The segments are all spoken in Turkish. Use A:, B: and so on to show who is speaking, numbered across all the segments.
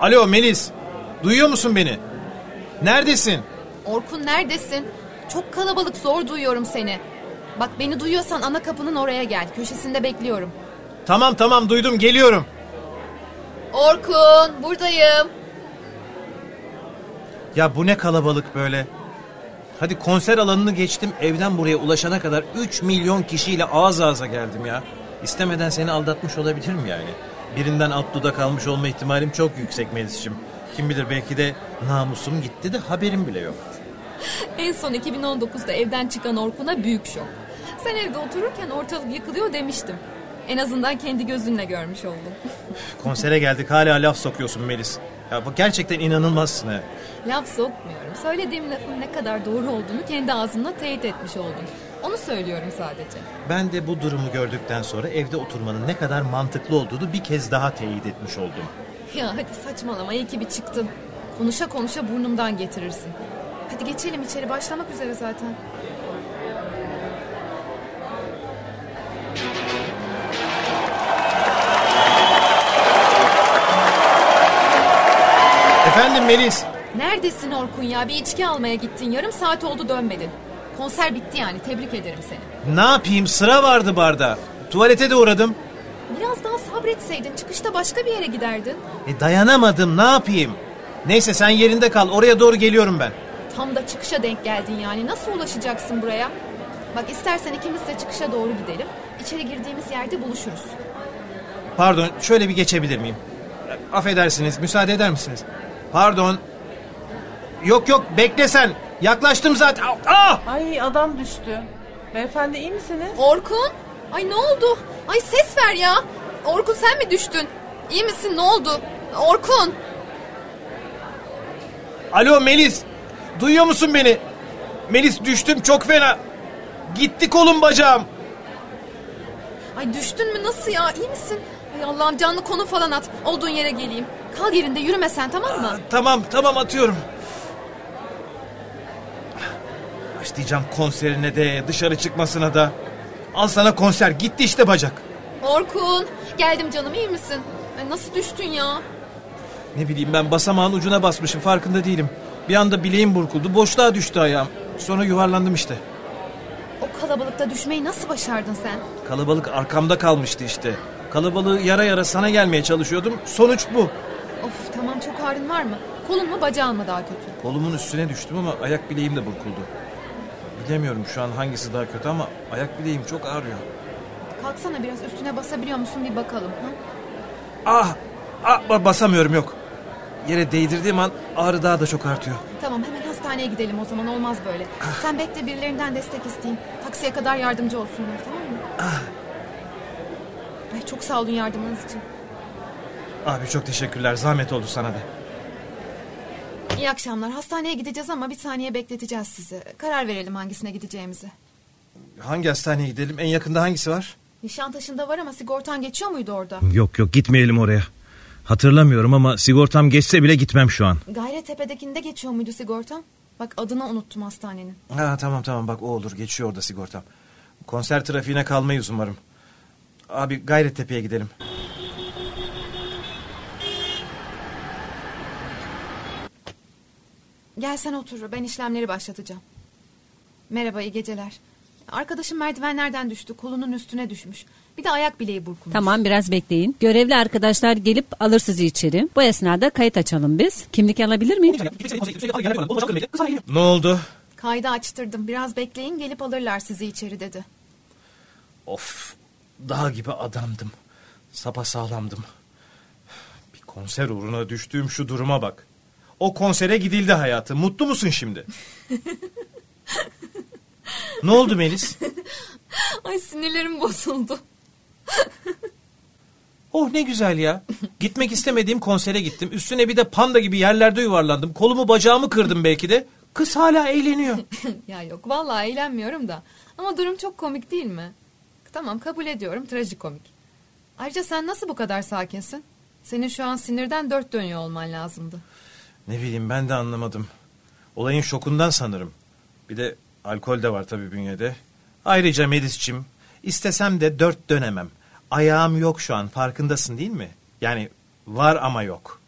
A: Alo Melis. Duyuyor musun beni? Neredesin?
B: Orkun neredesin? Çok kalabalık zor duyuyorum seni. Bak beni duyuyorsan ana kapının oraya gel. Köşesinde bekliyorum.
A: Tamam tamam duydum geliyorum.
B: Orkun buradayım.
A: Ya bu ne kalabalık böyle. Hadi konser alanını geçtim evden buraya ulaşana kadar 3 milyon kişiyle ağız ağza geldim ya. İstemeden seni aldatmış olabilirim yani. Birinden alt dudak almış olma ihtimalim çok yüksek Melis'ciğim. Kim bilir belki de namusum gitti de haberim bile yok.
B: En son 2019'da evden çıkan Orkun'a büyük şok. Sen evde otururken ortalık yıkılıyor demiştim. En azından kendi gözünle görmüş oldum.
A: Konsere geldik hala laf sokuyorsun Melis. Ya bu gerçekten inanılmazsın ha.
B: Laf sokmuyorum. Söylediğim lafın ne kadar doğru olduğunu kendi ağzımla teyit etmiş oldum. Onu söylüyorum sadece.
A: Ben de bu durumu gördükten sonra evde oturmanın ne kadar mantıklı olduğunu bir kez daha teyit etmiş oldum.
B: Ya hadi saçmalama iyi ki bir çıktın. Konuşa konuşa burnumdan getirirsin. Hadi geçelim içeri başlamak üzere zaten.
A: Efendim Melis.
B: Neredesin Orkun ya? Bir içki almaya gittin. Yarım saat oldu dönmedin. Konser bitti yani. Tebrik ederim seni.
A: Ne yapayım sıra vardı barda. Tuvalete de uğradım.
B: Biraz daha sabretseydin çıkışta başka bir yere giderdin.
A: E dayanamadım ne yapayım? Neyse sen yerinde kal oraya doğru geliyorum ben.
B: Tam da çıkışa denk geldin yani. Nasıl ulaşacaksın buraya? Bak istersen ikimiz de çıkışa doğru gidelim. İçeri girdiğimiz yerde buluşuruz.
A: Pardon şöyle bir geçebilir miyim? Affedersiniz müsaade eder misiniz? Pardon. Yok yok bekle sen. Yaklaştım zaten. Au, Ah!
C: Ay adam düştü. Beyefendi iyi misiniz?
B: Orkun? Ay ne oldu? Ay ses ver ya. Orkun sen mi düştün? İyi misin? Ne oldu? Orkun.
A: Alo Melis. Duyuyor musun beni? Melis düştüm çok fena. Gitti kolum bacağım.
B: Ay düştün mü? Nasıl ya? İyi misin? Ay Allah'ım canlı konu falan at. Olduğun yere geleyim. Kal yerinde yürüme sen tamam mı?
A: Tamam tamam atıyorum. Başlayacağım konserine de dışarı çıkmasına da. Al sana konser gitti işte bacak.
B: Orkun. Geldim canım iyi misin? Ay nasıl düştün ya?
A: Ne bileyim ben basamağın ucuna basmışım farkında değilim. Bir anda bileğim burkuldu boşluğa düştü ayağım. Sonra yuvarlandım işte.
B: O kalabalıkta düşmeyi nasıl başardın sen?
A: Kalabalık arkamda kalmıştı işte. Kalabalığı yara yara sana gelmeye çalışıyordum. Sonuç bu.
B: Of tamam çok ağrın var mı? Kolun mu bacağın mı daha kötü?
A: Kolumun üstüne düştüm ama ayak bileğim de burkuldu. Bilemiyorum şu an hangisi daha kötü ama ayak bileğim çok ağrıyor.
B: Kalksana biraz üstüne basabiliyor musun bir bakalım. Ha?
A: Ah! ah ba- basamıyorum yok. Yere değdirdiğim an ağrı daha da çok artıyor.
B: Tamam hemen hastaneye gidelim o zaman olmaz böyle. Sen bekle birilerinden destek isteyeyim. Taksiye kadar yardımcı olsunlar tamam mı? Ay çok sağ olun yardımınız için.
A: Abi çok teşekkürler. Zahmet oldu sana da.
B: İyi akşamlar. Hastaneye gideceğiz ama bir saniye bekleteceğiz sizi. Karar verelim hangisine gideceğimizi.
A: Hangi hastaneye gidelim? En yakında hangisi var?
B: Nişantaşı'nda var ama sigortan geçiyor muydu orada?
D: Yok yok gitmeyelim oraya. Hatırlamıyorum ama sigortam geçse bile gitmem şu an.
B: Gayretepe'dekinde geçiyor muydu sigortan? Bak adını unuttum hastanenin.
A: Ha, tamam tamam bak o olur. Geçiyor orada sigortam. Konser trafiğine kalmayız umarım. Abi Gayrettepe'ye gidelim.
B: Gel sen otur. Ben işlemleri başlatacağım. Merhaba iyi geceler. Arkadaşım merdivenlerden düştü. Kolunun üstüne düşmüş. Bir de ayak bileği burkulmuş.
E: Tamam biraz bekleyin. Görevli arkadaşlar gelip alır sizi içeri. Bu esnada kayıt açalım biz. Kimlik alabilir miyim?
A: Ne oldu?
B: Kaydı açtırdım. Biraz bekleyin gelip alırlar sizi içeri dedi.
A: Of. Dağ gibi adamdım. Sapa sağlamdım. Bir konser uğruna düştüğüm şu duruma bak. O konsere gidildi hayatı. Mutlu musun şimdi? ne oldu Melis?
B: Ay sinirlerim bozuldu.
A: Oh ne güzel ya. Gitmek istemediğim konsere gittim. Üstüne bir de panda gibi yerlerde yuvarlandım. Kolumu bacağımı kırdım belki de. Kız hala eğleniyor.
B: ya yok vallahi eğlenmiyorum da. Ama durum çok komik değil mi? Tamam kabul ediyorum trajikomik. Ayrıca sen nasıl bu kadar sakinsin? Senin şu an sinirden dört dönüyor olman lazımdı.
A: Ne bileyim ben de anlamadım. Olayın şokundan sanırım. Bir de alkol de var tabii bünyede. Ayrıca Melis'cim istesem de dört dönemem. Ayağım yok şu an farkındasın değil mi? Yani var ama yok.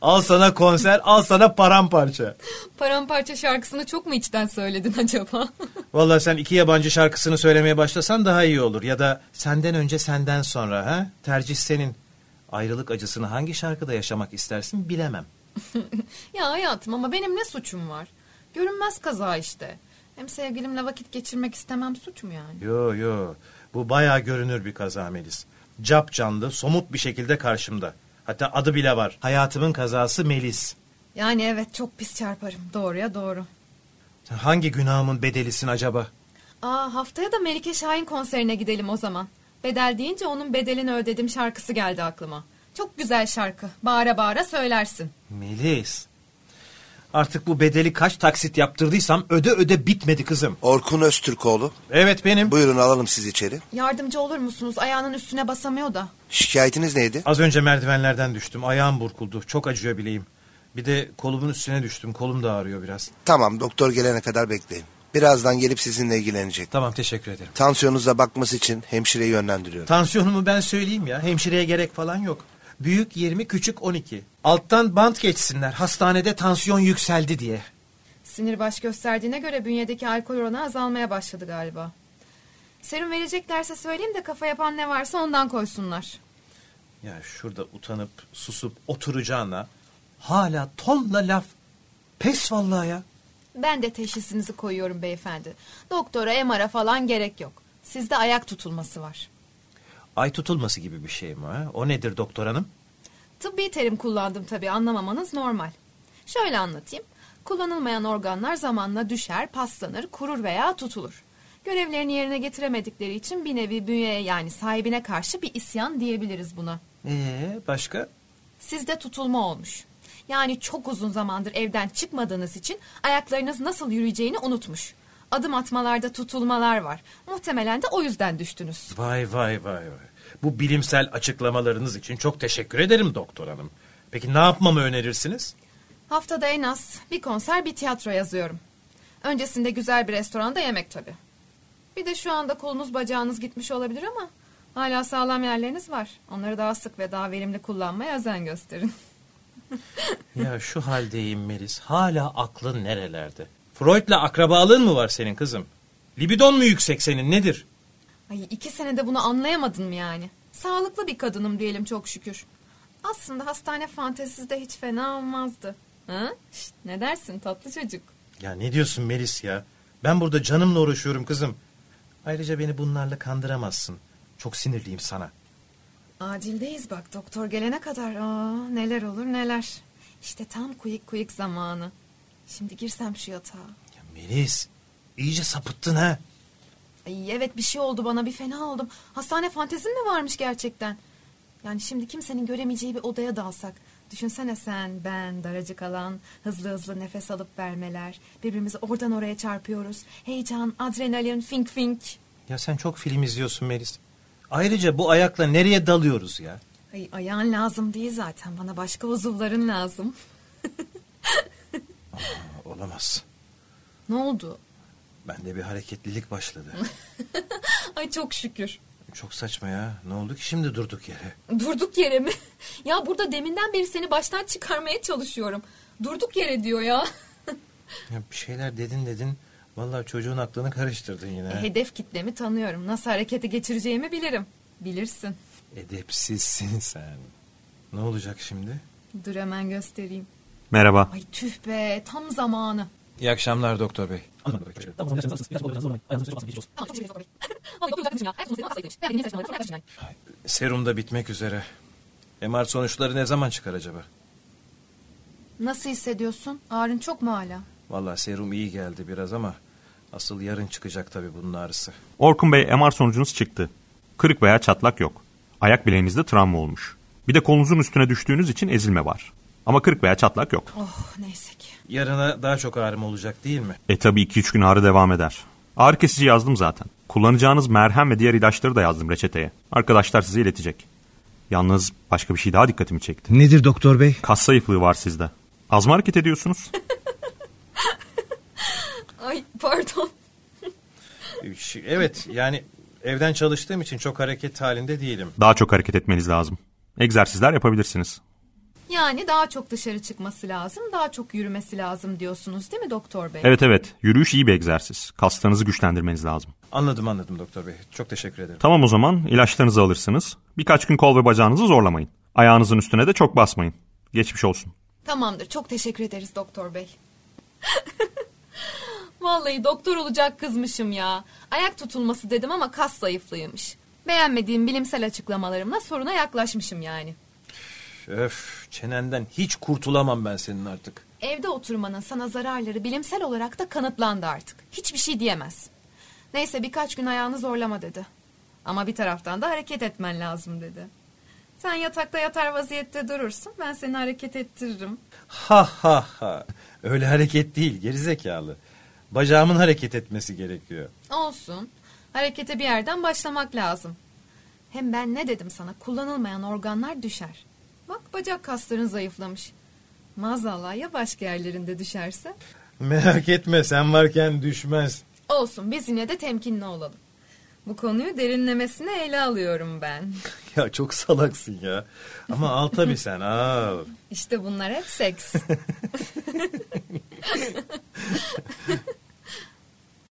A: al sana konser, al sana paramparça.
B: Paramparça şarkısını çok mu içten söyledin acaba?
A: Vallahi sen iki yabancı şarkısını söylemeye başlasan daha iyi olur. Ya da senden önce senden sonra ha? Tercih senin. Ayrılık acısını hangi şarkıda yaşamak istersin bilemem.
B: ya hayatım ama benim ne suçum var? Görünmez kaza işte. Hem sevgilimle vakit geçirmek istemem suç mu yani?
A: Yo yo. Bu bayağı görünür bir kaza Melis. Cap canlı, somut bir şekilde karşımda. Hatta adı bile var. Hayatımın kazası Melis.
B: Yani evet çok pis çarparım. Doğruya doğru.
A: Sen hangi günahımın bedelisin acaba?
B: Aa haftaya da Melike Şahin konserine gidelim o zaman. Bedel deyince onun bedelini ödedim şarkısı geldi aklıma. Çok güzel şarkı. Bağıra bağıra söylersin.
A: Melis. Artık bu bedeli kaç taksit yaptırdıysam öde öde bitmedi kızım.
F: Orkun Öztürkoğlu.
A: Evet benim.
F: Buyurun alalım siz içeri.
B: Yardımcı olur musunuz? Ayağının üstüne basamıyor da.
F: Şikayetiniz neydi?
A: Az önce merdivenlerden düştüm. Ayağım burkuldu. Çok acıyor bileğim. Bir de kolumun üstüne düştüm. Kolum da ağrıyor biraz.
F: Tamam doktor gelene kadar bekleyin. Birazdan gelip sizinle ilgilenecek.
A: Tamam teşekkür ederim.
F: Tansiyonunuza bakması için hemşireyi yönlendiriyorum.
A: Tansiyonumu ben söyleyeyim ya. Hemşireye gerek falan yok. Büyük 20, küçük 12. Alttan bant geçsinler. Hastanede tansiyon yükseldi diye.
B: Sinir baş gösterdiğine göre bünyedeki alkol oranı azalmaya başladı galiba. Serum vereceklerse söyleyeyim de kafa yapan ne varsa ondan koysunlar.
A: Ya şurada utanıp susup oturacağına hala tonla laf. Pes vallahi ya.
B: Ben de teşhisinizi koyuyorum beyefendi. Doktora, MR'a falan gerek yok. Sizde ayak tutulması var.
A: Ay tutulması gibi bir şey mi? ha? O nedir doktor hanım?
B: Tıbbi terim kullandım tabii anlamamanız normal. Şöyle anlatayım. Kullanılmayan organlar zamanla düşer, paslanır, kurur veya tutulur. Görevlerini yerine getiremedikleri için bir nevi bünyeye yani sahibine karşı bir isyan diyebiliriz buna.
A: Ee başka?
B: Sizde tutulma olmuş. Yani çok uzun zamandır evden çıkmadığınız için ayaklarınız nasıl yürüyeceğini unutmuş. Adım atmalarda tutulmalar var. Muhtemelen de o yüzden düştünüz.
A: Vay vay vay vay. Bu bilimsel açıklamalarınız için çok teşekkür ederim doktor hanım. Peki ne yapmamı önerirsiniz?
B: Haftada en az bir konser bir tiyatro yazıyorum. Öncesinde güzel bir restoranda yemek tabii. Bir de şu anda kolunuz bacağınız gitmiş olabilir ama hala sağlam yerleriniz var. Onları daha sık ve daha verimli kullanmaya özen gösterin.
A: ya şu haldeyim Melis. Hala aklın nerelerde? Freud'la akrabalığın mı var senin kızım? Libidon mu yüksek senin nedir?
B: Ay iki senede bunu anlayamadın mı yani? Sağlıklı bir kadınım diyelim çok şükür. Aslında hastane fantezisi de hiç fena olmazdı. Ha? Şşt, ne dersin tatlı çocuk?
A: Ya ne diyorsun Melis ya? Ben burada canımla uğraşıyorum kızım. Ayrıca beni bunlarla kandıramazsın. Çok sinirliyim sana.
B: Acildeyiz bak doktor gelene kadar. Aa, neler olur neler. İşte tam kuyuk kuyuk zamanı. Şimdi girsem şu yatağa.
A: Ya Melis iyice sapıttın ha.
B: Ay evet bir şey oldu bana bir fena oldum. Hastane fantezin mi varmış gerçekten? Yani şimdi kimsenin göremeyeceği bir odaya dalsak. Düşünsene sen, ben, daracık alan, hızlı hızlı nefes alıp vermeler. Birbirimizi oradan oraya çarpıyoruz. Heyecan, adrenalin, fink fink.
A: Ya sen çok film izliyorsun Melis. Ayrıca bu ayakla nereye dalıyoruz ya?
B: Ay ayağın lazım değil zaten. Bana başka uzuvların lazım.
A: Olamaz.
B: Ne oldu?
A: Bende bir hareketlilik başladı.
B: Ay çok şükür.
A: çok saçma ya. Ne oldu ki şimdi durduk yere?
B: Durduk yere mi? ya burada deminden beri seni baştan çıkarmaya çalışıyorum. Durduk yere diyor ya.
A: Ya bir şeyler dedin dedin. Vallahi çocuğun aklını karıştırdın yine.
B: E, hedef kitlemi tanıyorum. Nasıl harekete geçireceğimi bilirim. Bilirsin.
A: Edepsizsin sen. Ne olacak şimdi?
B: Dur hemen göstereyim.
D: Merhaba.
B: Ay tüh be tam zamanı.
A: İyi akşamlar doktor bey. Serum da bitmek üzere. MR sonuçları ne zaman çıkar acaba?
B: Nasıl hissediyorsun? Ağrın çok mu hala?
A: Vallahi serum iyi geldi biraz ama asıl yarın çıkacak tabii bunun ağrısı.
G: Orkun Bey MR sonucunuz çıktı. Kırık veya çatlak yok. Ayak bileğinizde travma olmuş. Bir de kolunuzun üstüne düştüğünüz için ezilme var. Ama kırık veya çatlak yok.
B: Oh neyse ki.
A: Yarına daha çok ağrım olacak değil mi?
G: E tabi 2-3 gün ağrı devam eder. Ağrı kesici yazdım zaten. Kullanacağınız merhem ve diğer ilaçları da yazdım reçeteye. Arkadaşlar size iletecek. Yalnız başka bir şey daha dikkatimi çekti.
D: Nedir doktor bey?
G: Kas zayıflığı var sizde. Az mı hareket ediyorsunuz?
B: Ay pardon.
A: Ş- Evet yani evden çalıştığım için çok hareket halinde değilim.
G: Daha çok hareket etmeniz lazım. Egzersizler yapabilirsiniz.
B: Yani daha çok dışarı çıkması lazım, daha çok yürümesi lazım diyorsunuz değil mi doktor bey?
G: Evet evet yürüyüş iyi bir egzersiz. Kaslarınızı güçlendirmeniz lazım.
A: Anladım anladım doktor bey. Çok teşekkür ederim.
G: Tamam o zaman ilaçlarınızı alırsınız. Birkaç gün kol ve bacağınızı zorlamayın. Ayağınızın üstüne de çok basmayın. Geçmiş olsun.
B: Tamamdır. Çok teşekkür ederiz doktor bey. Vallahi doktor olacak kızmışım ya. Ayak tutulması dedim ama kas zayıflıymış. Beğenmediğim bilimsel açıklamalarımla soruna yaklaşmışım yani.
A: Öf çenenden hiç kurtulamam ben senin artık.
B: Evde oturmanın sana zararları bilimsel olarak da kanıtlandı artık. Hiçbir şey diyemez. Neyse birkaç gün ayağını zorlama dedi. Ama bir taraftan da hareket etmen lazım dedi. Sen yatakta yatar vaziyette durursun. Ben seni hareket ettiririm.
A: Ha ha ha. Öyle hareket değil gerizekalı. Bacağımın hareket etmesi gerekiyor.
B: Olsun. Harekete bir yerden başlamak lazım. Hem ben ne dedim sana? Kullanılmayan organlar düşer. Bak bacak kasların zayıflamış. Maazallah ya başka yerlerinde düşerse?
A: Merak etme sen varken düşmez.
B: Olsun biz yine de temkinli olalım. Bu konuyu derinlemesine ele alıyorum ben.
A: Ya çok salaksın ya. Ama al tabii sen al.
B: İşte bunlar hep seks.